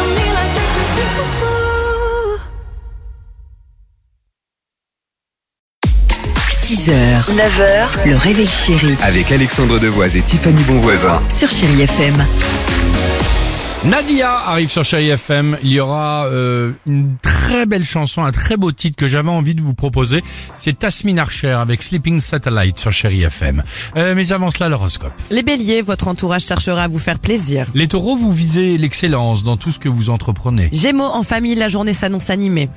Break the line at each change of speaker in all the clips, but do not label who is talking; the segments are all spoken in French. on me like do, do, do, do.
6h, 9h, le réveil chéri
Avec Alexandre Devoise et Tiffany Bonvoisin.
sur Chérie FM.
Nadia arrive sur Chérie FM. Il y aura euh, une très belle chanson, un très beau titre que j'avais envie de vous proposer. C'est Tasmin Archer avec Sleeping Satellite sur Chérie FM. Euh, mais avant cela, l'horoscope.
Les béliers, votre entourage cherchera à vous faire plaisir.
Les taureaux, vous visez l'excellence dans tout ce que vous entreprenez.
Gémeaux, en famille, la journée s'annonce animée.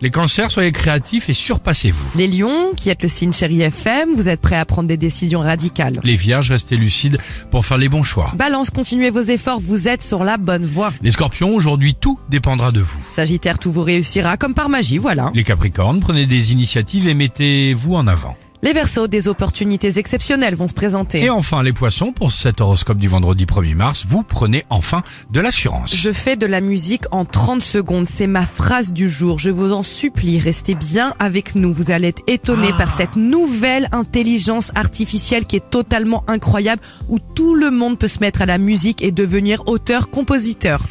Les cancers, soyez créatifs et surpassez-vous.
Les lions, qui êtes le signe chéri FM, vous êtes prêts à prendre des décisions radicales.
Les vierges, restez lucides pour faire les bons choix.
Balance, continuez vos efforts, vous êtes sur la bonne voie.
Les scorpions, aujourd'hui, tout dépendra de vous.
Sagittaire, tout vous réussira comme par magie, voilà.
Les capricornes, prenez des initiatives et mettez-vous en avant.
Les versos, des opportunités exceptionnelles vont se présenter.
Et enfin, les poissons, pour cet horoscope du vendredi 1er mars, vous prenez enfin de l'assurance.
Je fais de la musique en 30 secondes, c'est ma phrase du jour. Je vous en supplie, restez bien avec nous. Vous allez être étonnés
Ah.
par cette nouvelle intelligence artificielle qui est totalement incroyable, où tout le monde peut se mettre à la musique et devenir auteur-compositeur.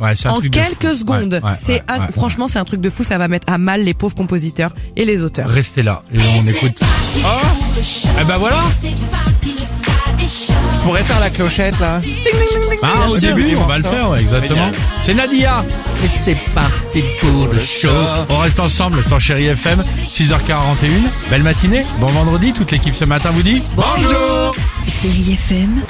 Ouais, c'est un
En
truc de fou.
quelques
Ouais,
secondes,
ouais,
c'est
ouais,
un-
ouais.
franchement c'est un truc de fou. Ça va mettre à mal les pauvres compositeurs et les auteurs.
Restez là et on écoute. Oh Eh ben voilà
Je pourrais faire la clochette là.
Ah, au
sûr.
début, on va le faire, ouais, exactement.
Génial.
C'est Nadia Et c'est parti pour le show On reste ensemble sur Chéri FM, 6h41. Belle matinée, bon vendredi, toute l'équipe ce matin vous dit
Chérie FM,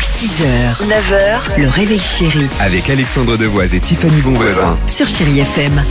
6h, 9h, le réveil chéri
Avec Alexandre Devoise et Tiffany Bonvoisin.
sur Chérie FM.